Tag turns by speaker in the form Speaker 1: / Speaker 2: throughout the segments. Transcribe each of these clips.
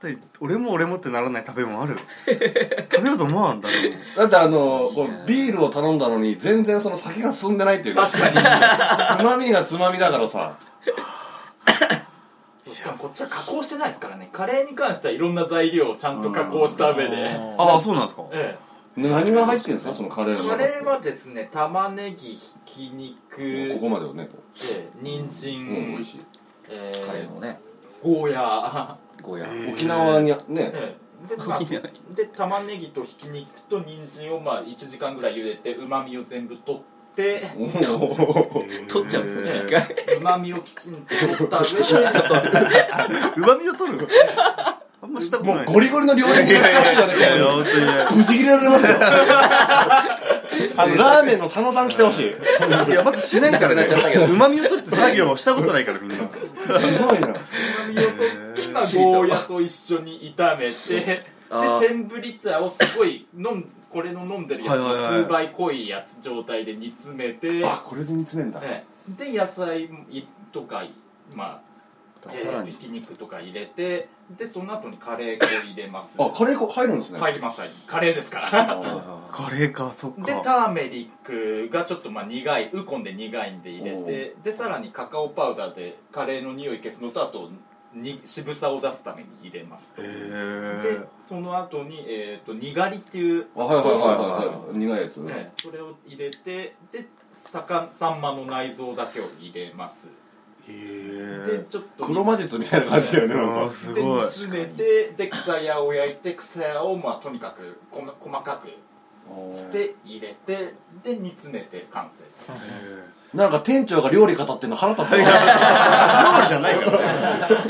Speaker 1: 対俺も俺もってならない食べ物あ る食べようと思わんだろう
Speaker 2: だってあのこうビールを頼んだのに全然その酒が進んでないっていうか
Speaker 3: 確かに
Speaker 2: つまみがつまみだからさ
Speaker 3: そうしかもこっちは加工してないですからねカレーに関してはいろんな材料をちゃんと加工した上で え
Speaker 1: ああそうなんですか
Speaker 3: え
Speaker 2: 何が入ってるんですかそのカレーの中
Speaker 3: カレーはですね玉ねぎひき肉
Speaker 2: ここまでをね
Speaker 3: ええ人参、
Speaker 2: うん美味しい
Speaker 3: え
Speaker 4: カレーのね
Speaker 3: ゴーヤー、
Speaker 4: ゴーヤー、
Speaker 1: えー
Speaker 2: 沖縄にね
Speaker 3: ええで,、ま あ、で玉ねぎとひき肉と人参をまあ1時間ぐらい茹でてうまみを全部取って
Speaker 2: おー
Speaker 4: 取っちゃうんですよね
Speaker 1: えー
Speaker 4: 一回
Speaker 3: うまみをきちんと取っ た上で
Speaker 1: うまみを取るあんましたこと
Speaker 2: も
Speaker 1: な
Speaker 2: う
Speaker 1: い
Speaker 2: ゴリゴリの料理が難しいよね
Speaker 1: いやいや本当にね
Speaker 2: ぶち切れられます よあのラーメンの佐野さん来てほしい
Speaker 1: いやまずしないからね
Speaker 4: なくなっちゃったけ
Speaker 1: うまみを取って作業をしたことないからみんな
Speaker 2: すごいな
Speaker 3: うまみを取って、まあ、ゴーヤと一緒に炒めてで
Speaker 4: あー
Speaker 3: センブリ茶をすごい飲んこれの飲んでるやつの数倍濃いやつ状態で煮詰めて、
Speaker 2: あこれで煮詰めんだ
Speaker 3: ええで野菜とかまあ
Speaker 4: さら
Speaker 3: ええ
Speaker 4: に
Speaker 3: ひき肉とか入れてでその後にカレー粉入れます
Speaker 2: あカレー粉入るんですね
Speaker 3: 入ります入りますカレーですから
Speaker 1: カレーかそっ
Speaker 3: でタ
Speaker 1: か
Speaker 3: ーメリックがちょっとまあ苦いウコンで苦いんで入れてでさらにカカオパウダーでカレーの匂い消すのとあとに渋さを出すために入れます
Speaker 1: へ
Speaker 3: と、で
Speaker 1: え
Speaker 3: その後にえっ、とにがりっていう
Speaker 2: あはいはいはいはい苦いやつ
Speaker 3: ね、それを入れてでさかサンマの内臓だけを入れます
Speaker 1: へ
Speaker 3: で
Speaker 1: え
Speaker 3: ちょっと
Speaker 2: 黒魔術みたいな感じだよねなん
Speaker 1: あ
Speaker 2: か
Speaker 1: ーす
Speaker 3: で
Speaker 1: ご
Speaker 3: 煮
Speaker 1: い
Speaker 3: 詰めてで草屋を焼いて草屋をまあとにかくこま細かくして入れてで煮詰めて完成
Speaker 2: なんか店長が料理語ってんの腹立つわ
Speaker 1: 料理じゃないからね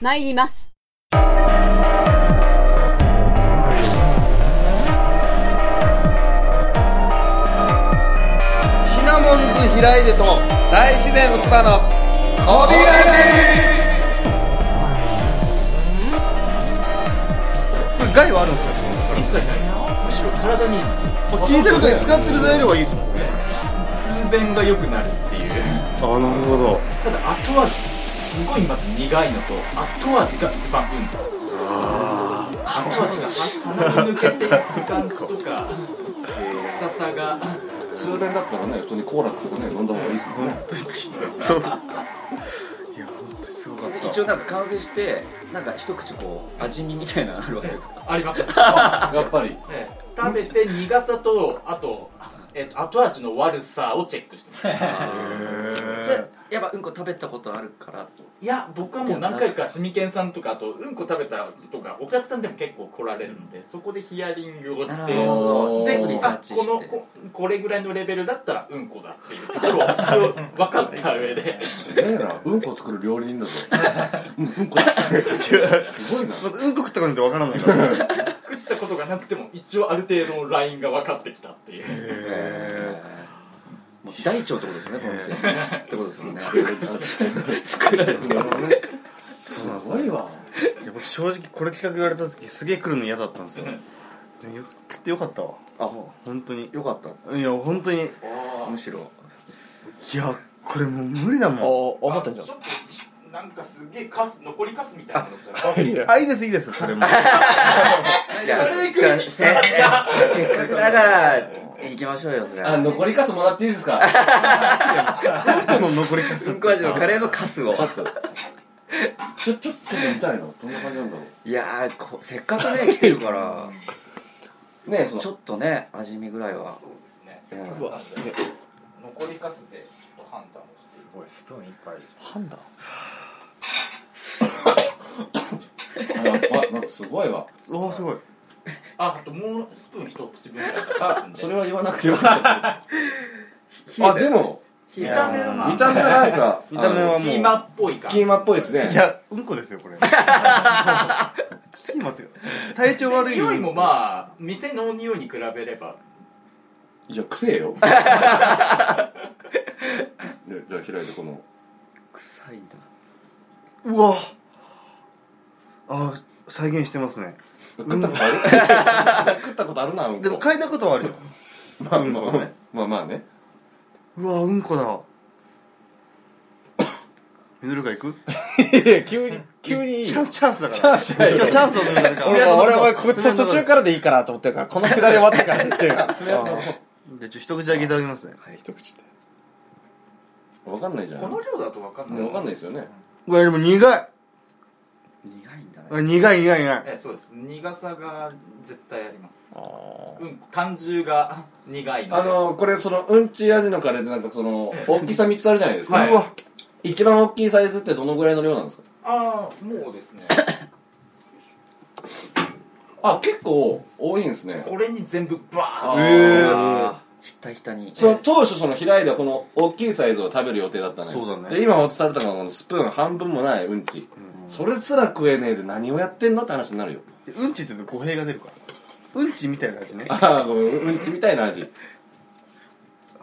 Speaker 5: 参ります。
Speaker 6: シナモンズ開いでと大自然スパのコビこれ害はあるんですか
Speaker 3: 実はむしろ体にいいんですよ
Speaker 1: 聞いてるから使ってる材料はいいですもんね
Speaker 3: 通便が良くなるっていう
Speaker 1: あなるほど
Speaker 3: ただ後味すごいまず苦いのと後味が一番うん後味が鼻に抜けていく感じとか臭さが
Speaker 2: 通年だったらね普通にコーラとかね飲んだ方がいいですもんね
Speaker 1: そうそういや本当にすごかっ
Speaker 4: 一応なんか完成してなんか一口こう味見みたいなのあるわけですか
Speaker 3: あります
Speaker 2: やっぱり
Speaker 3: ええ食べて苦さとあと,、えっと後味の悪さをチェックしてます
Speaker 4: それやっぱうんこ食べたことあるからと
Speaker 3: いや僕はもう何回かシミケンさんとかあとうんこ食べた人がお客さんでも結構来られるのでそこでヒアリングをして
Speaker 4: な
Speaker 3: で
Speaker 4: るほ
Speaker 2: どちょっと
Speaker 4: リサー
Speaker 3: あ
Speaker 4: チして
Speaker 3: このここれぐらいのレベルだったらうんこだっていうところを一応分かった上 で
Speaker 2: すげえなうんこ作る料理人だぞうんうんこです すごいな
Speaker 1: たうんこ食った感じでわからないからへ
Speaker 3: 食ったことがなくても一応ある程度のラインが分かってきたっていう
Speaker 1: え
Speaker 4: もう大腸ってことですよねこの店ってことです よね 作られてる
Speaker 2: なるほどねすごいわ
Speaker 1: いや僕正直これ企画言われた時すげえ来るの嫌だったんですよでもよ食ってよかったわ
Speaker 4: あ
Speaker 1: 本当に
Speaker 4: よかった
Speaker 1: いや本当にい
Speaker 4: むしろ
Speaker 1: やこれもう無理だもん
Speaker 3: 思ったんじゃんちょっとなんかすげえカス残りカスみたいなのじゃな
Speaker 1: あ
Speaker 3: い
Speaker 1: いいですいいですそれも
Speaker 4: いや
Speaker 3: れ食いに来
Speaker 4: せせっかくだから行きましょうよそれ
Speaker 7: あ残りカスもらっていいですか
Speaker 1: 本当の残りか
Speaker 4: す
Speaker 1: す
Speaker 4: んこ味のカレーのカスを
Speaker 2: カスちょちょっと見たいなどんな感じなんだろ
Speaker 4: いやーこせっかくね来てるから
Speaker 2: うねえその
Speaker 4: ちょっとね味見ぐらいは
Speaker 3: そうですね
Speaker 4: う。ん
Speaker 3: わすげえ。残りカスでちょっと判断をして。すごいスプーン一杯。
Speaker 2: あやっぱなんかすごいわ
Speaker 1: おおすごい
Speaker 3: あ、あともうスプーン一口分ぐらい
Speaker 2: あそれ
Speaker 3: は
Speaker 2: は言わなくてよかったあでも
Speaker 4: 冷え
Speaker 3: 見
Speaker 4: た
Speaker 3: た目はまあ
Speaker 2: 見た目はなんか
Speaker 1: 見た目は
Speaker 3: キ
Speaker 1: もう
Speaker 3: ーマっぽいか。
Speaker 2: キーマっぽいですね
Speaker 1: いやうんこですよこれキーマって体調悪い
Speaker 3: 匂いもまあ店の匂いに比べれば。
Speaker 2: いやくせえよねじゃあ開いてこの
Speaker 4: 臭いんだ
Speaker 1: うわあ再現してますね
Speaker 2: 食ったことある食ったことあるなうんこ
Speaker 1: でも嗅いだことはあるよ
Speaker 2: まあ
Speaker 1: うん
Speaker 2: ま
Speaker 1: こ
Speaker 2: あ
Speaker 1: ね
Speaker 2: まあまあね
Speaker 1: うわうんこだ ミノルカ行く
Speaker 7: いや 急に急にいい
Speaker 1: チ
Speaker 7: チ
Speaker 1: ャ
Speaker 7: ャ
Speaker 1: ン
Speaker 7: ン
Speaker 1: スチャンスだから
Speaker 7: スじゃない
Speaker 1: 今日チャンスだとミノルカ
Speaker 7: 俺は俺はこれ
Speaker 1: 爪痕
Speaker 7: 途中からでいいかなと思ってるからこのくだり終わってから 言ってるから爪痕
Speaker 1: じゃあちょっと一口だけいただきますね
Speaker 7: 一口で
Speaker 2: わかんないじゃん
Speaker 3: この量だと分かんない
Speaker 2: わかんないですよね
Speaker 1: うわでも苦い
Speaker 4: 苦いんだね
Speaker 1: あ苦い苦い苦い
Speaker 3: ええそうです苦さが絶対あります
Speaker 7: あー
Speaker 3: うん単汁が 苦いの
Speaker 2: あ
Speaker 3: で
Speaker 2: のー、これそのうんち味のカレーってなんかその
Speaker 3: ええ
Speaker 2: 大きさ3つあるじゃないですか、
Speaker 3: はいう
Speaker 1: わ
Speaker 2: 一番大きいサイズってどのぐらいの量なんですか
Speaker 3: ああもうですね
Speaker 2: あ結構多いんですね
Speaker 3: これに全部バー
Speaker 2: あ
Speaker 3: ン
Speaker 2: ー
Speaker 1: え
Speaker 4: ひたひたに
Speaker 2: その当初その平井ではこの大きいサイズを食べる予定だったのよ
Speaker 1: そうだね
Speaker 2: で今渡されたのがこのスプーン半分もないうんち、それすら食えねえで何をやってんのって話になるよ
Speaker 1: うんちって言うと語弊が出るからうんちみたいな味ね
Speaker 2: ああごめんうんちみたいな味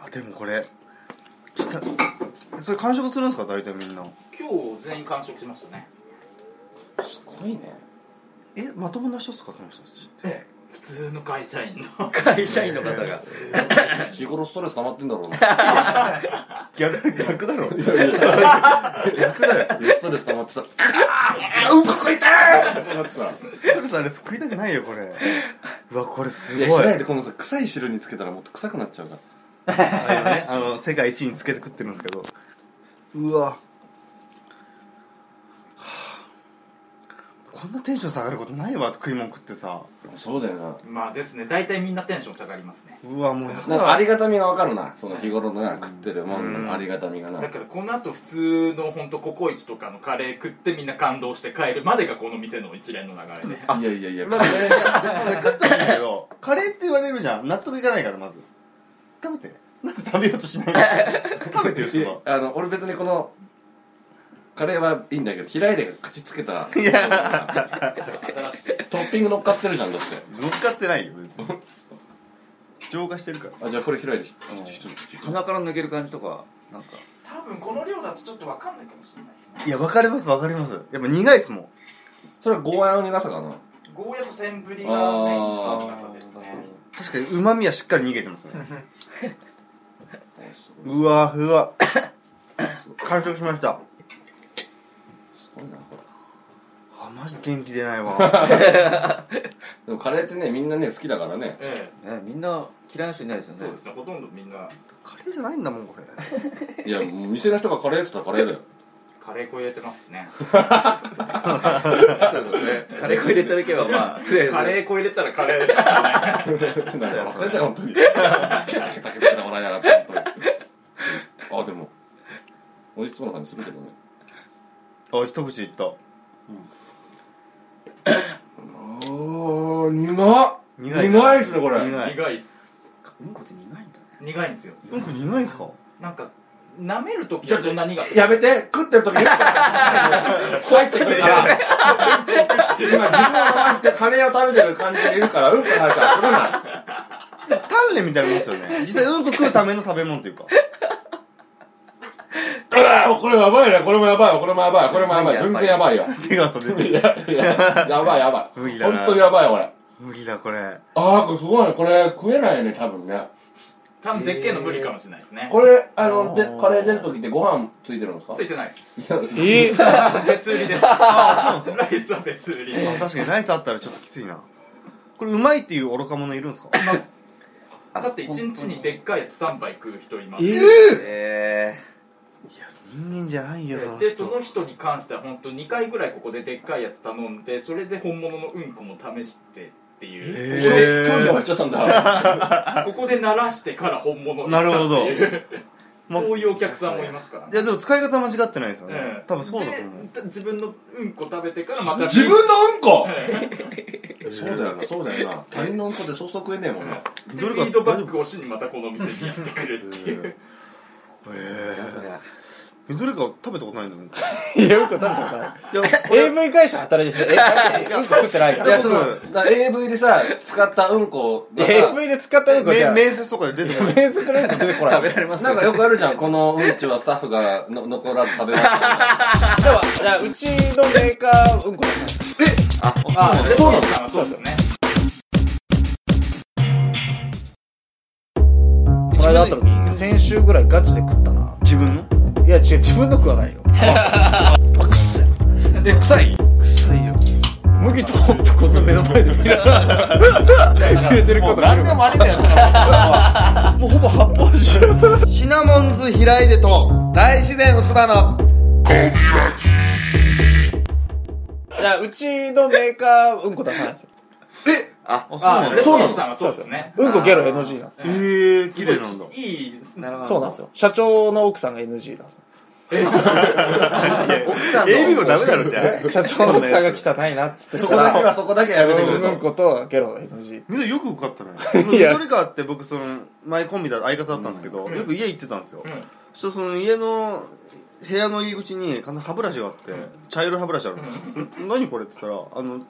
Speaker 1: あでもこれしたそれ完食するんですか大体みんな
Speaker 3: 今日全員完食しましたね
Speaker 2: すごいね
Speaker 1: えまともな人っすかその人たちって
Speaker 3: ええ普通の会社員の
Speaker 4: 会社員の方が
Speaker 2: 日頃ストレス溜まってんだろうな
Speaker 1: 逆逆だろ逆だよ
Speaker 2: ストレス溜まってさあーうんこ食いたーってなってさ
Speaker 1: それさあれ食いたくないよこ れうわこれす
Speaker 2: い
Speaker 1: ご
Speaker 2: や
Speaker 1: い
Speaker 2: 平井でこのさ臭い汁につけたらもっと臭くなっちゃうから
Speaker 1: あれはねあの世界一につけて食ってるんですけどうわはあこんなテンション下がることないわ食い物食ってさ
Speaker 2: そうだよな
Speaker 3: まあですね大体みんなテンション下がりますね
Speaker 1: うわもうや
Speaker 2: なんかあ
Speaker 1: だ
Speaker 2: りがたみがわかるなその日頃のな食ってるもんのありがたみがな
Speaker 3: だからこの後普通の本当ココイチとかのカレー食ってみんな感動して帰るまでがこの店の一連の流れで
Speaker 2: いやいやいや
Speaker 1: まあねいやでもね食ってるんだけどカレーって言われるじゃん納得いかないからまず食べてなんで食べようとしないの食べてる人はい
Speaker 2: やあの俺別にこのカレーはいいんだけど平井でが口つけた
Speaker 1: いや
Speaker 3: 新しい
Speaker 2: トッピング乗っかってるじゃんだって
Speaker 1: 乗っかってないよ別 に浄化してるから
Speaker 2: あじゃあこれ平井でひひと口
Speaker 4: 鼻から抜ける感じとかなんか
Speaker 3: 多分この量だとちょっと分かんないかもしれないです
Speaker 1: い
Speaker 3: ね
Speaker 1: や分かります分かりますやっぱ苦いっすもん
Speaker 2: それはゴーヤの苦さかな
Speaker 3: ゴーヤとセンブリがメインの高さですね
Speaker 1: 確かにうまみはしっかり逃げてますねうわうわ完食しました
Speaker 2: すごいなこれ
Speaker 1: あマジ元気出ないわ
Speaker 2: でもカレーってねみんなね好きだからね
Speaker 3: え
Speaker 4: ねみんな嫌いな人いないです
Speaker 3: え
Speaker 4: よ
Speaker 3: そう
Speaker 4: ね
Speaker 3: ですねほとんどみんな
Speaker 1: カレーじゃないんだもんこれ
Speaker 2: いやもう店の人がカレーって言ったらカレーだよ
Speaker 3: カレー粉入れてますしね
Speaker 4: そうですねカレー粉入れてるけばまあとりあえず
Speaker 3: カレー粉入れたらカレーですからね
Speaker 2: なんか笑ってんだよ本当にケタケタケタケタ笑いやがって本当にあでも美味しそうな感じするけどね
Speaker 1: あ一口いった
Speaker 2: あー苦っ
Speaker 1: 苦い
Speaker 2: 苦いですねこれ
Speaker 1: 苦い
Speaker 3: 苦いっす
Speaker 4: うんこって苦いんだね
Speaker 3: 苦いんですよ
Speaker 1: うんこ苦いんすか
Speaker 3: なんか舐めるときはそんな苦い
Speaker 2: やめて食ってる 時に入ってくるから今自分を飲ませてカレーを食べてる感じでいるからうんこの話はするな
Speaker 1: でも鍛錬みたいなもんですよね実際うんこ食うための食べ物というか
Speaker 2: うわこれやばいねこれもやばいわこれもやばいわこれもやばい全然やば いよ
Speaker 1: 手がさ出て
Speaker 2: い
Speaker 1: る
Speaker 2: やいややばいやば
Speaker 1: 無理
Speaker 2: い
Speaker 1: だな
Speaker 2: 本当にやばいよこれ
Speaker 1: 無理だこれ
Speaker 2: ああこれすごいねこれ食えないね多分ね
Speaker 3: 多分でっけえの無理かもしれないですね
Speaker 2: これあのでカレー出る時ってご飯ついてるんですか
Speaker 3: ついてないっす
Speaker 7: えー
Speaker 3: 別売りです ライスは別売り
Speaker 1: あ確かにライスあったらちょっときついなこれうまいっていう愚か者いるんですか
Speaker 3: だって一日にでっかいやつ3杯食う人います
Speaker 7: え
Speaker 4: え
Speaker 1: いや人間じゃないよその
Speaker 3: でその
Speaker 1: 人
Speaker 3: 人に関しては本当2回ぐらいここででっかいやつ頼んでそれで本物のうんこも試してっていう、
Speaker 2: 一人で終わっちゃったんだ
Speaker 3: ここで鳴らしてから本物に
Speaker 1: なるほど
Speaker 3: 行ったっていう そういうお客さんもいますから
Speaker 1: いやでも使い方間違ってないですよね、
Speaker 3: ええ
Speaker 1: 多分そうだと思う
Speaker 3: で自分のうんこ食べてからまた
Speaker 2: 自分のうんこ
Speaker 3: え
Speaker 2: そうだよなそうだよな他人のうんこってそうそう食えねえもんな
Speaker 3: えで
Speaker 1: ど
Speaker 3: フ
Speaker 1: れ
Speaker 3: ィ
Speaker 1: か
Speaker 3: ードバックをしにまたこの店にやってくるっていう
Speaker 1: えどれか食べたことないの
Speaker 7: いやうんこ食べたことない
Speaker 1: いや
Speaker 7: AV 会社働いてる人 AV うんこ食ってないか
Speaker 2: いや、
Speaker 7: ら
Speaker 2: その、だ AV でさ、使ったうんこがさ
Speaker 7: AV で使ったうんこじ
Speaker 1: め
Speaker 7: ゃ
Speaker 1: 面接とかで出てこない
Speaker 7: 面接のうんこ出てこない
Speaker 4: 食べられます
Speaker 2: なんかよくあるじゃん、このうんちはスタッフがの残らず食べます。
Speaker 7: ではじゃあうちのメーカーうんこ食べ
Speaker 3: あ
Speaker 2: そうなん
Speaker 3: だ そうですね
Speaker 7: ないこの間あった時先週ぐらいガチで食ったな
Speaker 1: 自分の
Speaker 7: いや違う自分の食わないよ
Speaker 6: え臭い
Speaker 1: 臭いよ
Speaker 6: 麦とホップこんな目の前で見ら見れてることある
Speaker 2: でもあれだよ。
Speaker 1: もうほぼ発泡酒
Speaker 6: シナモンズ平出と大自然薄葉の
Speaker 7: だからうちのメーカー、うんこ出さないんですよ。
Speaker 4: あ、
Speaker 1: そうなの
Speaker 4: レモンさんはそうですよね。
Speaker 7: うんこゲロ NG なんですよ。
Speaker 1: ええ綺麗なんだ
Speaker 4: いいですね。
Speaker 7: そうなんですよ。社長の奥さんが NG だ
Speaker 4: 奥さんの。
Speaker 1: エビもダメだろじゃあ
Speaker 7: 社長の奥さんが汚いなっつって
Speaker 2: そこだけはそこだけはやめてくれ
Speaker 7: う
Speaker 2: と
Speaker 7: ん。ことゲロ NG。
Speaker 1: みんなよく受かったね一人かって僕その前コンビだ相方だったんですけど、よく家行ってたんですよ、そしたらその家の部屋の入り口に完全に歯ブラシがあって、茶色い歯ブラシあるんですよ何これっつったらあの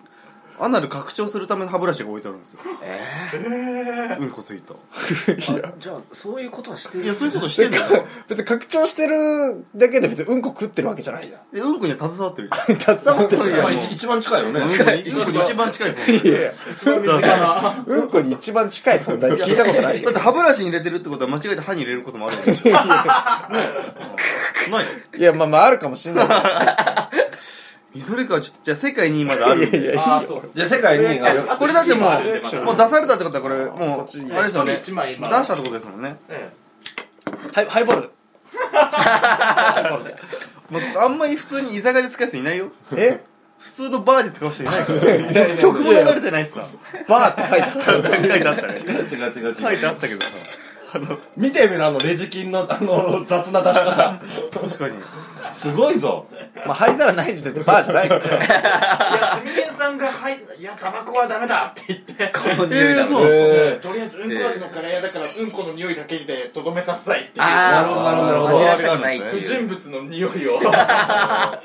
Speaker 1: アナル拡張するための歯ブラシが置いてあるんですよええうんこついた
Speaker 4: じゃあ、そういうことはしてる。
Speaker 1: いやそういうことしてんだよ
Speaker 7: 別に拡張してるだけで別にうんこ食ってるわけじゃないじゃん。
Speaker 1: でうんこには携わってる
Speaker 7: 携わってる
Speaker 1: いや
Speaker 2: ま
Speaker 1: も
Speaker 2: あ
Speaker 1: う
Speaker 2: 一一番近いよね。
Speaker 1: うんこに一番近いです
Speaker 7: いやいや、うんこに一番近い存在って聞いたことな
Speaker 1: だ
Speaker 7: いよ
Speaker 1: っ。て歯ブラシに入れてるってことは間違えて歯に入れることもあるわけで しょねえない
Speaker 7: いや、まあまああるかもしんない
Speaker 1: 緑川ちょっとじゃあ世界にまだあるん
Speaker 7: けど。い
Speaker 1: で
Speaker 7: やいや、
Speaker 3: あー、そうです
Speaker 2: じゃあ世界にある。
Speaker 1: これだっても
Speaker 3: あれ
Speaker 1: うもう出されたってことはこれもう
Speaker 3: ね。
Speaker 1: あれですよね出
Speaker 3: 一人
Speaker 1: し
Speaker 3: 一枚今
Speaker 1: たってことですもんね
Speaker 3: え
Speaker 7: ハイハイボール。
Speaker 1: もうあんまり普通に居酒屋で使う人いないよ
Speaker 7: え
Speaker 1: 普通のバーで使う人い ないから曲も流れてないっす さ
Speaker 7: バーって書いてあった。
Speaker 1: 書いてあったね
Speaker 2: 違う違う
Speaker 1: 書いてあったけどさ
Speaker 2: 見てみるあのレジ金のあの雑な出し方。
Speaker 1: 確かに
Speaker 2: すごいぞ。
Speaker 7: まあ灰皿ない時点でバーじゃないからね。
Speaker 3: いや、シミケンさんが、はい、いや、タバコはダメだって言って、
Speaker 1: ええそうなんで
Speaker 3: とりあえず、うんこ味のカレー屋だから、うんこの匂いだけでとどめさせたいっていう。
Speaker 4: あー、
Speaker 2: なるほど
Speaker 4: 間違いたくないって
Speaker 3: 不
Speaker 4: いう。
Speaker 3: 純物の匂い を。
Speaker 4: どっちが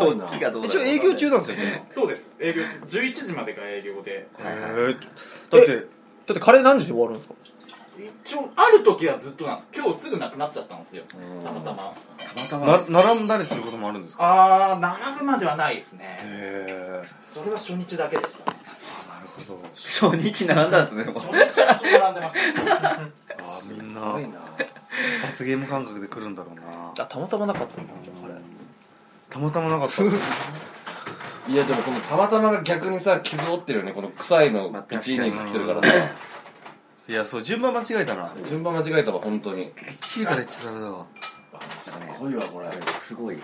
Speaker 4: どうだ
Speaker 1: すか一応営業中なんですよね
Speaker 3: そうです。営業、11時までが営業で。
Speaker 1: えだって
Speaker 7: だってカレー何時で終わるんですか
Speaker 3: 一応、ある時はずっとなんです。今日すぐなくなっちゃったんですよ。たまたま。
Speaker 1: な並んだりすることもあるんですか
Speaker 3: あー、並ぶまではないですね。
Speaker 1: へえ
Speaker 3: それは初日だけでしたね。
Speaker 1: なるほど
Speaker 4: 初日並んだんですね、もう
Speaker 3: 初日はそう並んでました。
Speaker 1: あーみんな罰ゲーム感覚で来るんだろうな
Speaker 7: あ、たまたまなかったんだじゃあカレー
Speaker 1: たまたまなかった
Speaker 2: いやでもこのたまたまが逆にさ傷負ってるよねこの臭いの1位に食ってるからさ
Speaker 1: いやそう順番間違えたな
Speaker 2: 順番間違えたわ本当に
Speaker 1: 1位から1位ダメだわ
Speaker 2: 濃いわこれ
Speaker 4: すごい。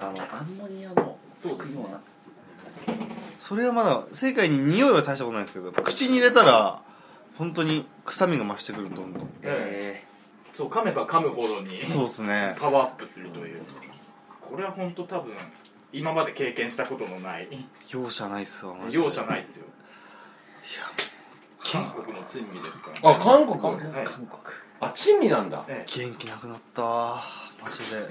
Speaker 4: あの、アンモニアの、そうくような。
Speaker 1: それはまだ世界に匂いは大したことないんですけど口に入れたら本当に臭みが増してくるどんどん
Speaker 4: え
Speaker 3: そう、噛めば噛むほどに。
Speaker 1: そうですね
Speaker 3: パワーアップするというこれは本当多分今まで経験したことのない
Speaker 1: 容赦ないっすわマジで
Speaker 3: 容赦ないっすよ韓国の珍味ですから、
Speaker 2: あ韓国
Speaker 3: はい
Speaker 4: ー、韓国。
Speaker 2: あ珍味なんだ
Speaker 3: ええ
Speaker 1: 元気なくなったわマジで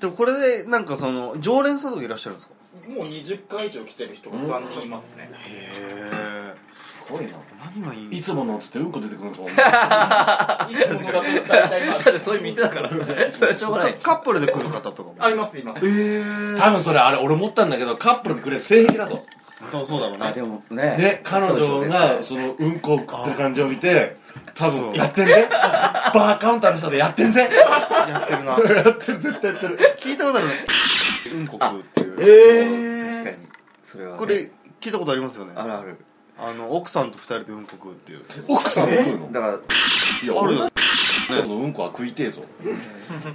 Speaker 1: でもこれでなんかその常連さんとかいらっしゃるんですか
Speaker 3: もう20回以上来てる人が3人いますね
Speaker 1: へえ
Speaker 2: 濃いな
Speaker 1: 何がいいん
Speaker 2: い
Speaker 1: です
Speaker 2: つものっつってうんこ出てくるんですもん
Speaker 3: いつ ものだと大体まあ
Speaker 4: ただそういう店だから、それはしょうがない。
Speaker 1: かカップルで来る方とかも
Speaker 3: あいますいます
Speaker 2: 多分それあれ俺思ったんだけどカップルでくれ性癖だぞ
Speaker 1: そうそうだろう
Speaker 4: あ、でもね。
Speaker 2: で彼女が
Speaker 4: そう
Speaker 2: そのうんこを食ってる感じを見て多
Speaker 1: そう
Speaker 2: 分やってんねバーカウンターの下でやってんね
Speaker 1: やってるな
Speaker 2: やってる絶対やってる
Speaker 1: 聞いたことあるねうんこ食うっていう
Speaker 4: ですね確かに。それはね。
Speaker 1: これ聞いたことありますよね
Speaker 4: あるある。
Speaker 1: あの奥さんと二人でうんこ食うっていう
Speaker 2: 奥さんも食うの
Speaker 4: だから、
Speaker 2: いや
Speaker 1: ある
Speaker 2: 俺
Speaker 1: よ
Speaker 2: だってうんこは食いてえぞ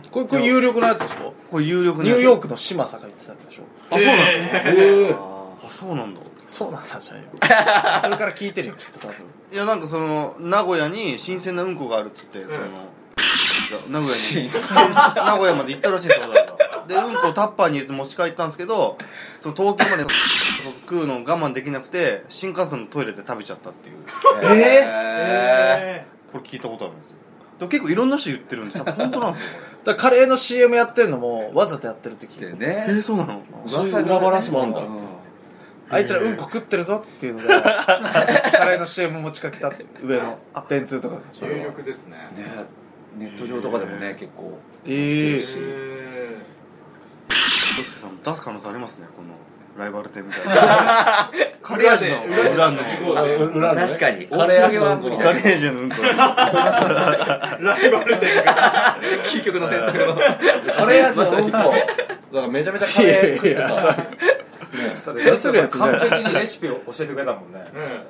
Speaker 7: これ、これ有力なやつでしょ
Speaker 1: これ有力
Speaker 7: ニューヨークの嶋佐が言ってたやつでしょ
Speaker 1: あそうなんだ、
Speaker 2: ええ
Speaker 1: あそうなんだ
Speaker 7: そうなんだじゃ んよそれから聞いてるよきっと多分
Speaker 1: いやなんかその名古屋に新鮮なうんこがあるっつって、その名古屋に名古屋まで行ったらしいんですよわざわざでうんこをタッパーに入れて持ち帰ったんですけどその東京まで食うのを我慢できなくて新幹線のトイレで食べちゃったっていう
Speaker 4: え
Speaker 1: これ聞いたことあるんですよでも結構いろんな人言ってるんです多分本当なんですよこ
Speaker 7: だからカレーの CM やってるのもわざとやってる時
Speaker 4: ー、って
Speaker 1: れ え
Speaker 4: ね。
Speaker 1: ー、そうなの
Speaker 2: そういう裏話もあんだ
Speaker 7: あいつらうんこ食ってるぞっ ていうのでカレーの CM 持ちかけたって上の電通とか
Speaker 3: 有力ですね
Speaker 4: ねネット上とかでもね、結構。
Speaker 7: ええ
Speaker 3: え
Speaker 1: 俊介さんも出す可能性ありますねこのライバル店みたいなカレー味の裏の
Speaker 2: 裏のね
Speaker 4: 確かに
Speaker 2: カレー味のうんこの
Speaker 1: カレー味のうんこ
Speaker 3: ライバル店が
Speaker 4: 究極の選択の
Speaker 2: カレー味のうんこだからめちゃめちゃカレー食ってさ
Speaker 7: 出せるやつね
Speaker 8: 完璧にレシピを教えてくれたもんね
Speaker 3: え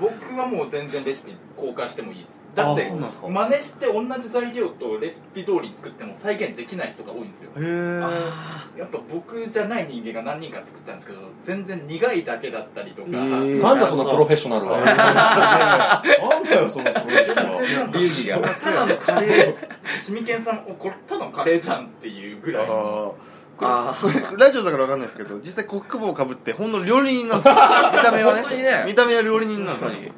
Speaker 3: 僕はもう全然レシピ交換してもいいですだって
Speaker 1: あそうなんですか
Speaker 3: 真似して同じ材料とレシピ通り作っても再現できない人が多いんですよ
Speaker 1: へえ
Speaker 3: やっぱ僕じゃない人間が何人か作ったんですけど全然苦いだけだったりとか、
Speaker 7: ー
Speaker 2: なんだそのプロフェッショナルは
Speaker 8: なんだよそのプロジェクト
Speaker 3: 全然なんか
Speaker 4: 流儀が
Speaker 3: ただのカレーシミケンさんおこれただのカレーじゃんっていうぐらいの
Speaker 1: あ
Speaker 4: あ
Speaker 1: ーラジオだからわかんないですけど実際コック帽をかぶってほんの料理人なん ですよ見た目は
Speaker 4: 本当に
Speaker 1: ね
Speaker 4: ね
Speaker 1: 見た目は料理人なんですよ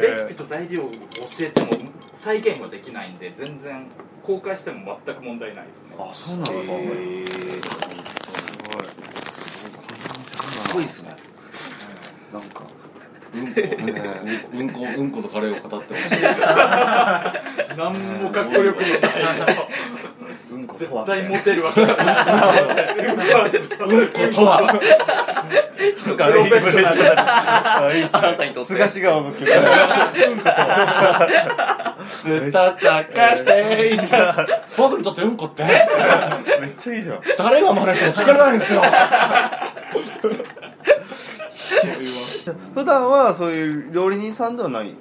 Speaker 3: レシピと材料を教えても再現はできないんで全然公開しても全く問題ないですね
Speaker 1: あそうなんですか
Speaker 4: すごいですね
Speaker 1: なんか
Speaker 2: うんこうんことカレーを語ってほしい
Speaker 3: 何もかっこよくもない
Speaker 4: うんこと
Speaker 3: 絶
Speaker 4: は
Speaker 3: 対モテるわけないうんこ
Speaker 2: ことは
Speaker 1: なんかあれいいですねあいいです
Speaker 4: あなた
Speaker 1: ね
Speaker 4: にとって
Speaker 1: すがし顔の曲うんこと
Speaker 2: ずっと探していた僕にとってうんこって
Speaker 1: めっちゃいいじゃん
Speaker 2: 誰が真似しても作れないんですよ
Speaker 1: 普段はそういう料理人さんではない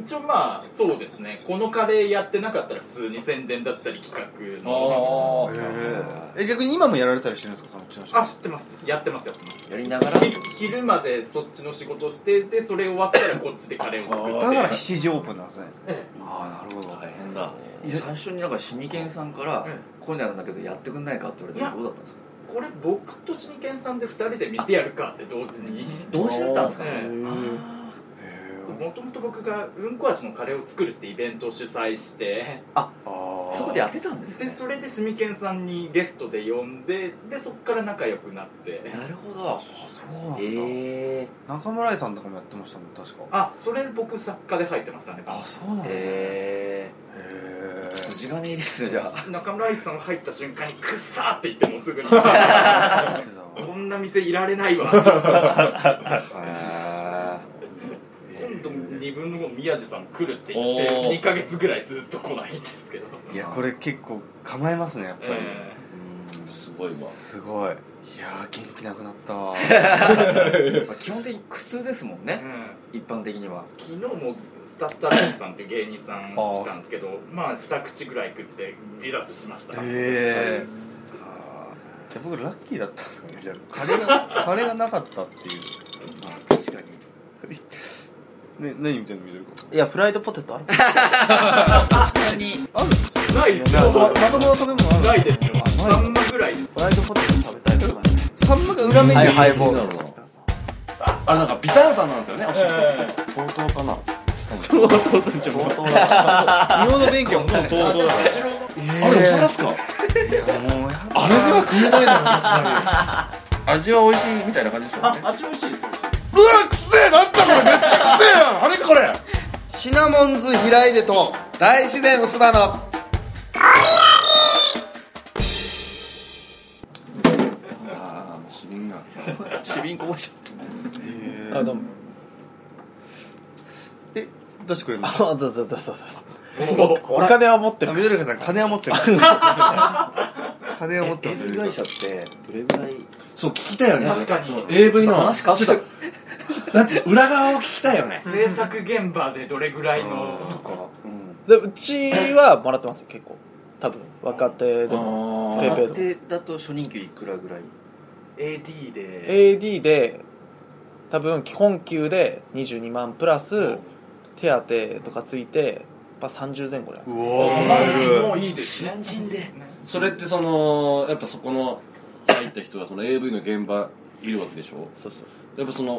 Speaker 3: 一応まあそうですねこのカレーやってなかったら普通に宣伝だったり企画の
Speaker 2: あ
Speaker 1: え逆に今もやられたりしてるんですかそのうちの人
Speaker 3: あ知ってますやってますやってます
Speaker 4: やりながら
Speaker 3: ひ昼までそっちの仕事をしてでそれ終わったらこっちでカレーを作って
Speaker 1: だから7時オープンなんですねああなるほど
Speaker 2: 大変だ
Speaker 4: 最初になんかシミケンさんから「こういうのやるんだけどやってくんないか?」って言われたらどうだったんですか
Speaker 3: これ僕としみけんさんで2人で店やるかって同時に
Speaker 4: どうしてだったんですかね
Speaker 3: ええもともと僕がうんこ味のカレーを作るってイベントを主催して
Speaker 1: ああ
Speaker 4: そこでやってたんです
Speaker 3: で
Speaker 4: ね
Speaker 3: それでしみけんさんにゲストで呼んででそっから仲良くなって
Speaker 4: なるほど
Speaker 1: そうなんだ、
Speaker 4: ええ
Speaker 1: 中村井さんとかもやってましたもん確か
Speaker 3: あそれ僕作家で入ってましたね
Speaker 1: あそうなんですねへ
Speaker 4: え
Speaker 1: え
Speaker 4: え筋金入りっすねじゃあ
Speaker 3: 中村愛さん入った瞬間に「くっさ!」って言ってもうすぐに
Speaker 1: やってたわ
Speaker 3: こんな店いられないわ今
Speaker 4: あ
Speaker 3: 度2分の5宮地さん来るって言って
Speaker 2: おー
Speaker 3: 2ヶ月ぐらいずっと来ないんですけど
Speaker 1: いやこれ結構構えますねやっぱり、
Speaker 3: え
Speaker 2: すごいわ
Speaker 1: すごいいやー元気なくなった わ
Speaker 4: 基本的に苦痛ですもん
Speaker 3: え
Speaker 4: ね
Speaker 3: うん
Speaker 4: 一般的には
Speaker 3: 昨日もスタスタラインさんっていう芸人さん来たんですけどまあ2口ぐらい食って離脱しました
Speaker 1: ええじゃあ僕ラッキーだったんですかね じゃあカレーがカレーがなかったっていう
Speaker 4: 確かに
Speaker 1: ね何みたいなの見てるか
Speaker 7: いやフライドポテトあ る
Speaker 1: あるんですよ
Speaker 3: ないです
Speaker 1: まとも
Speaker 3: よ
Speaker 1: まともな食べ物ある
Speaker 3: ないですよ3万ぐらいです
Speaker 7: フライドポテト食べたいとかね
Speaker 1: サンマが裏メニュー
Speaker 7: ハイボール
Speaker 2: あれなんかビターンさんなんですよねおしっこ相当かな
Speaker 1: そうそうそうじゃあもう日本の勉強はほとんどとうとうだから
Speaker 2: あれお皿っすかあれでは食えないだろ味は美味しいみたいな感じでしょうわ
Speaker 3: あ味美味しいですよ
Speaker 2: くせえなんだこれめっちゃくせえやんあれこれ
Speaker 6: シナモンズ開いでと大自然薄葉の
Speaker 2: ああもう市民が
Speaker 4: シビンこぼし
Speaker 7: あどうも
Speaker 1: え出してくれるの
Speaker 7: あそうそうそうそうそうお金は持って
Speaker 1: あ
Speaker 7: る
Speaker 1: 緑川さん金は持ってる金は持って
Speaker 4: た
Speaker 1: ます
Speaker 4: 営業会社ってどれぐらい
Speaker 2: そう聞きたいよね
Speaker 3: 確かに
Speaker 2: その AV の
Speaker 4: 話変わってた
Speaker 2: ちょっとなんていうの裏側を聞きたいよね
Speaker 3: 制作現場でどれぐらいの
Speaker 7: でうちはもらってますよ結構多分若手でも
Speaker 2: あ
Speaker 7: ペーペ
Speaker 2: ー
Speaker 7: ー
Speaker 4: 若手だと初任給いくらぐらい
Speaker 3: AD で
Speaker 7: AD で多分基本給で22万プラス手当とかついてやっぱ30前後じゃないで
Speaker 1: う
Speaker 7: す
Speaker 1: わー
Speaker 3: もういいですね
Speaker 4: 新人で
Speaker 2: それってそのやっぱそこの入った人はその AV の現場いるわけでしょ
Speaker 7: そうそう
Speaker 2: やっぱその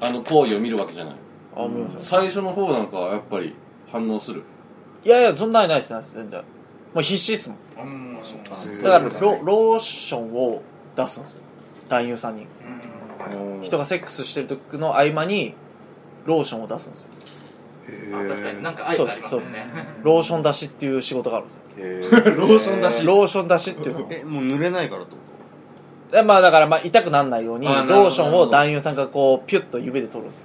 Speaker 2: あの行為を見るわけじゃない
Speaker 7: あもう
Speaker 2: 最初の方なんかはやっぱり反応する
Speaker 7: いやいやそんなにないですないです全然もう必死っすも
Speaker 3: う
Speaker 7: ん
Speaker 3: ん
Speaker 7: だからロローションを出すんですよ男優さんに人がセックスしてる時の合間にローションを出すんですよ
Speaker 3: あ確かになんか合図あります
Speaker 7: そう
Speaker 3: よ
Speaker 7: です
Speaker 3: ね
Speaker 7: ローション出しっていう仕事があるんですよ
Speaker 2: ローションだし
Speaker 7: ローション出しっていうの
Speaker 1: えもう濡れないからってこ
Speaker 7: えまあだから、まあ、痛くならないように、ロ
Speaker 2: あなるほど
Speaker 7: ーションを男優さんがこう、ピュッと指で取るんですよ。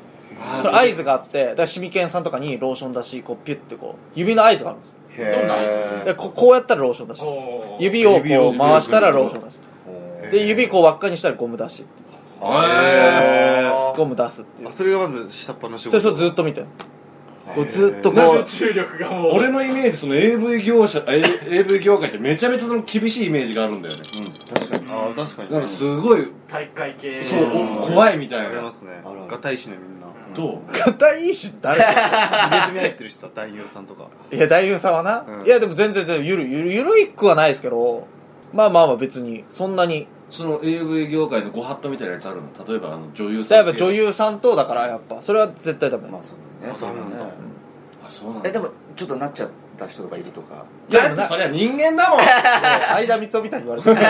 Speaker 7: それ合図があって、だからシミケンさんとかにローションだし、こう、ピュッてこう、指の合図があるんですよ。
Speaker 3: どんな
Speaker 1: へ
Speaker 7: でここうやったらローションだし。
Speaker 3: おー
Speaker 7: 指を
Speaker 1: 指
Speaker 7: こ
Speaker 1: を
Speaker 7: う回したらローションだし。で、指こう輪っかにしたらゴム出し。
Speaker 1: え
Speaker 7: ゴム出すっていう。
Speaker 1: それがまず下っ端の仕
Speaker 7: そ
Speaker 1: 事
Speaker 7: れそうずっと見てる。こうずっとこう、
Speaker 3: 注力がもう
Speaker 2: 俺のイメージその AV 業者え AV 業界ってめちゃめちゃその厳しいイメージがあるんだよね
Speaker 1: 確かにああ確かに
Speaker 2: なんかすごい
Speaker 3: 大会系
Speaker 2: そうお怖いみた
Speaker 1: あ
Speaker 2: い
Speaker 1: りま
Speaker 2: な
Speaker 1: すねがたいしねみんな
Speaker 2: と
Speaker 7: 硬いし、誰だ
Speaker 1: 入れ墨入ってる人は男優さんとか
Speaker 7: いや、男優さんはな。
Speaker 1: うん
Speaker 7: いや、でも全然、全然ゆる、ゆる、ゆるいくはないですけど、まあまあまあ別に、そんなに。
Speaker 2: その AV 業界のご法度みたいなやつあるの例えばあの女優さん
Speaker 7: やっぱ女優さんとだから、やっぱ、それは絶対ダメ。
Speaker 4: まあそうだね
Speaker 1: そうなんだ
Speaker 4: だね
Speaker 2: あそうなん
Speaker 4: え
Speaker 2: だ
Speaker 4: でもちょっとなっちゃった人がいるとか
Speaker 2: だってそりゃ人間 だもん
Speaker 7: 相田みつみたいに言われてる。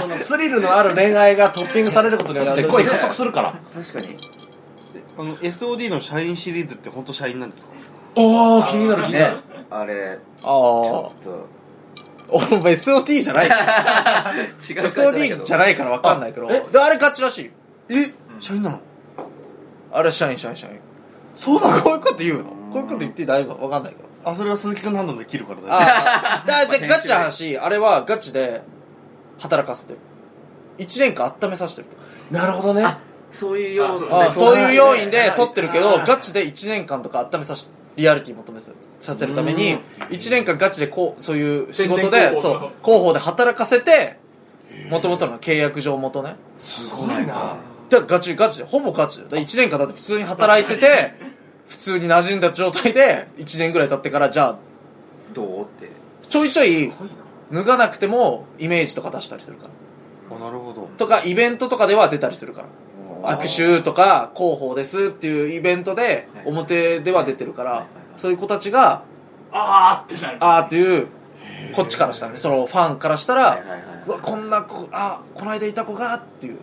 Speaker 2: そのスリルのある恋愛がトッピングされることによって恋加速するから
Speaker 4: 確かに
Speaker 1: あの SOD の社員シリーズって本当社員なんですか
Speaker 2: おお気になる気にな
Speaker 4: ね
Speaker 2: る
Speaker 4: あれ
Speaker 7: ああ。
Speaker 4: ちょっと
Speaker 7: お前 SOD じ ゃない。
Speaker 4: 違
Speaker 7: SOD じゃないからわかんないけど。
Speaker 2: あえ
Speaker 7: で、あれガチらしいよ。
Speaker 1: え社員なの
Speaker 7: あれ、社員、社員、社員。そうだ、こういうこと言うの。こういうこと言ってだいぶわかんないけど。
Speaker 1: あそれは鈴木君の判断で切るからだよ
Speaker 7: ああ。だってガチな話、あれはガチで働かせてる。一年間温めさせてる。
Speaker 2: なるほどね
Speaker 4: そういうよう
Speaker 7: あ
Speaker 4: な
Speaker 7: あそういう要因で
Speaker 4: ね
Speaker 7: 取ってるけどガチで1年間とか温めさせリアリティ求めさせるために1年間ガチでこうそういう仕事
Speaker 3: 宣伝
Speaker 7: で
Speaker 3: 広報
Speaker 7: そう広報で働かせてもともとの契約上元ね
Speaker 2: すごいな
Speaker 7: だからガチガチでほぼガチで1年間だって普通に働いてて普通に馴染んだ状態で1年ぐらい経ってからじゃあ
Speaker 4: どうって
Speaker 7: ちょいちょい脱がなくてもイメージとか出したりするから
Speaker 1: あなるほど
Speaker 7: とかイベントとかでは出たりするから握手とか広報ですっていうイベントで
Speaker 4: い
Speaker 7: 表では出てるからそういう子たちが
Speaker 3: あーってなる
Speaker 7: あーっていうこっちからしたらねそのファンからした
Speaker 4: はいはい
Speaker 7: ら
Speaker 4: は
Speaker 7: うわこんな子あこの間いた子がっていう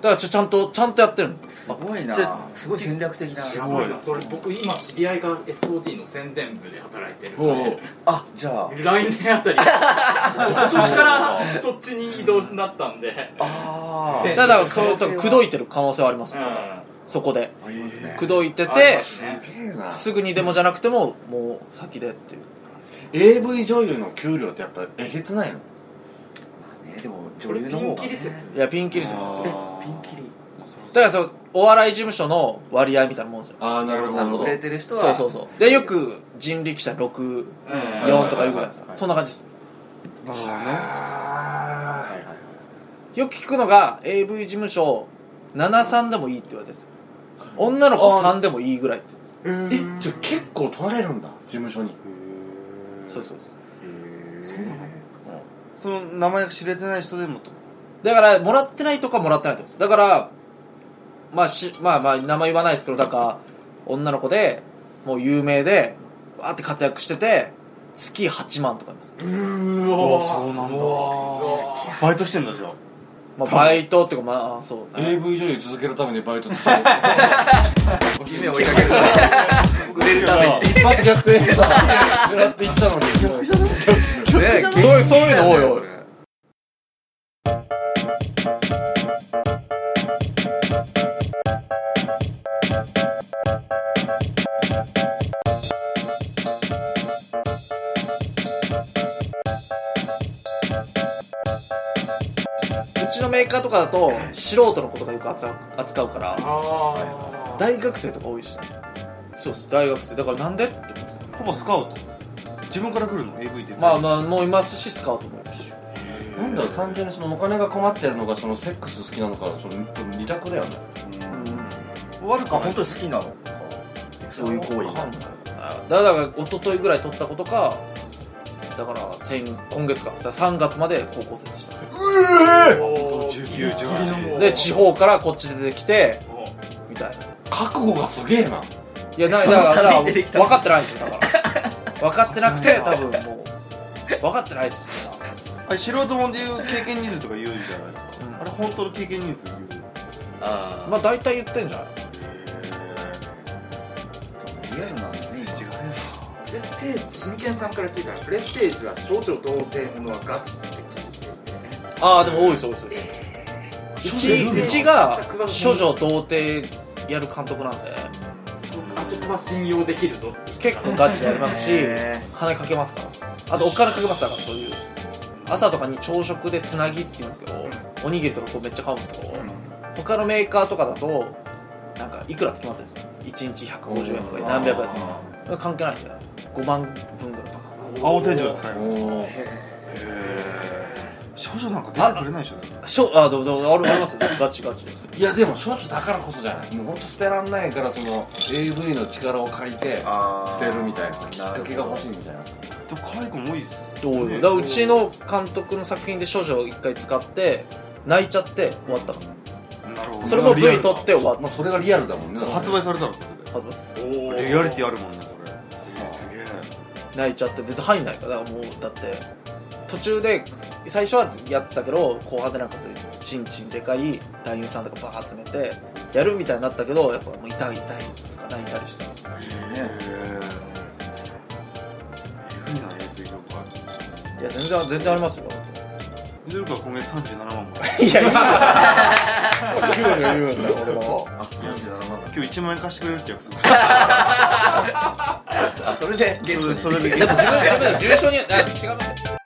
Speaker 7: だからちょちゃんとちゃんとやってるの
Speaker 4: いすご
Speaker 1: じ
Speaker 4: い
Speaker 1: ゃ
Speaker 4: なすごい戦略的な
Speaker 3: やばいなそれ僕今知り合いが SOD の宣伝部で働いてるん
Speaker 2: おう
Speaker 3: で
Speaker 4: あじゃあ
Speaker 3: 来年 あたり今年からそっちに移動になったんで
Speaker 4: あ
Speaker 3: で
Speaker 7: だからそのと口説いてる可能性はあります
Speaker 3: う
Speaker 7: そこで
Speaker 4: ありますね
Speaker 7: 口説いて
Speaker 3: んあり
Speaker 7: て
Speaker 3: ますね
Speaker 2: すげえな
Speaker 7: すぐにでもじゃなくてももう先でっていう
Speaker 2: AV 女優の給料ってやっぱえげつないの
Speaker 4: ねでも
Speaker 3: こ
Speaker 4: 女
Speaker 3: れ
Speaker 4: 優
Speaker 3: ピ
Speaker 4: の方
Speaker 3: ン
Speaker 4: が
Speaker 3: キリ
Speaker 4: ね
Speaker 3: 説
Speaker 7: いやピンキリ説ですよ
Speaker 4: えピンキリ
Speaker 7: だからそのお笑い事務所の割合みたいなもんですよ
Speaker 2: ああなるほどな
Speaker 4: あ
Speaker 2: る
Speaker 4: の
Speaker 2: ほ
Speaker 4: 売
Speaker 2: ど
Speaker 4: れてる人は
Speaker 7: そうそうそうでよく人力車64
Speaker 3: うん
Speaker 7: とかいうぐらいです
Speaker 4: はいはいはい
Speaker 7: そんな感じです
Speaker 4: はいはいはい
Speaker 7: よく聞くのが AV 事務所73でもいいって言われてるんですよ女の子3でもいいぐらいって言うんですよ
Speaker 2: えじゃあ結構取られるんだ事務所に
Speaker 7: そうそうそう
Speaker 1: その名前が知れてない人でもと
Speaker 7: だからもらってないとかもらってないってことですだからまあしまあまあ名前言わないですけどだから女の子でもう有名でわーって活躍してて月8万とかいます、
Speaker 3: う
Speaker 1: あ
Speaker 3: わ
Speaker 1: うなんだバイトしてんだじゃあ
Speaker 7: まあ、バイトっていうかまあそう
Speaker 2: AV 女優続けるためにバイトって
Speaker 4: 夢を追いかける
Speaker 1: 売れるために
Speaker 2: 一発逆転さ狙っていったのに
Speaker 7: そういうそういうの多い多いうちのメーカーとかだと素人のことがよく扱う扱うから
Speaker 3: あー
Speaker 7: 大学生とか多いしねそうです大学生だからなんでって思うんですよ
Speaker 1: ほぼスカウト自分から来るの AV って
Speaker 7: まあまあもういますしスカウトもいるし
Speaker 2: なんだろう単純にそのお金が困ってるのがそのセックス好きなのかその二択だよね
Speaker 1: 悪
Speaker 4: あ
Speaker 1: か
Speaker 4: 本当に好きなのかそういう行為
Speaker 7: わかんないだから一昨日ぐらい撮ったことかだから先今月か3月まで高校生でした
Speaker 3: おー
Speaker 1: 19 18
Speaker 7: で地方からこっち出てきて
Speaker 3: おー
Speaker 7: みたいな
Speaker 2: 覚悟がすげえない
Speaker 7: やなだ
Speaker 4: そ
Speaker 7: か
Speaker 4: の
Speaker 7: らだから
Speaker 4: ために出てきた
Speaker 7: 分かってないんですよ だから分かってなくて多分もう分かってないっすよ
Speaker 1: あれ素人もんでいう経験人数とか言うじゃないですかあれ本当の経験人数言う
Speaker 4: あ
Speaker 7: まあ大体言ってんじゃない
Speaker 4: リアルなんですね一応
Speaker 3: プレステージ真剣さんから聞いたらプレステージは少女同点のはガチって聞いていて
Speaker 7: ああでも多いそうですようちうちが処女童貞やる監督なんで
Speaker 3: そこあそこは信用できるぞって
Speaker 7: 結構ガチでやりますし金かけますからあとお金かけますだからそういう朝とかに朝食でつなぎって言うんですけど、おにぎりとかこうめっちゃ買うんですけど、他のメーカーとかだとなんかいくらって決まってるんですよ1日150円とか何百円とか関係ないんで5万分ぐらいバカ
Speaker 1: 青天井で使える
Speaker 2: おー
Speaker 1: 少女なんか出てくれないでしょだ
Speaker 7: しょあどうどうあれありますよガチガチ
Speaker 2: いやでも少女だからこそじゃないもうほんと捨てらんないからその AV の力を借りて
Speaker 1: あー
Speaker 2: 捨てるみたいなさきっかけが欲しいみたいなさ
Speaker 1: ってでも可愛い子も多いっす
Speaker 7: どうよだからうちの監督の作品で少女を一回使って泣いちゃって終わったから
Speaker 1: なるほど
Speaker 7: それも V 撮って終わっ
Speaker 2: まあそれがリアルだもんねだって
Speaker 1: 発売されたらそ
Speaker 7: たはず
Speaker 1: れ
Speaker 7: で
Speaker 1: でリアリティあるもんねそれえーすげえ
Speaker 7: す泣いちゃって別に入んないからだからもうだって途中で最初はやってたけど後半でなんかそういうチンチンでかい男優さんとかバー集めてやるみたいになったけどやっぱもう痛い痛いとか泣いたりして
Speaker 1: へえいいな AV 業界
Speaker 7: いや全然全然ありますよ
Speaker 1: 出るか今月37万も
Speaker 7: いやいや
Speaker 2: 給料言 うんだ俺はあ37万だ
Speaker 1: 今日1万円貸してくれるって約束
Speaker 4: あそれでゲストに
Speaker 1: それで
Speaker 7: でも自分でも重症にあ違う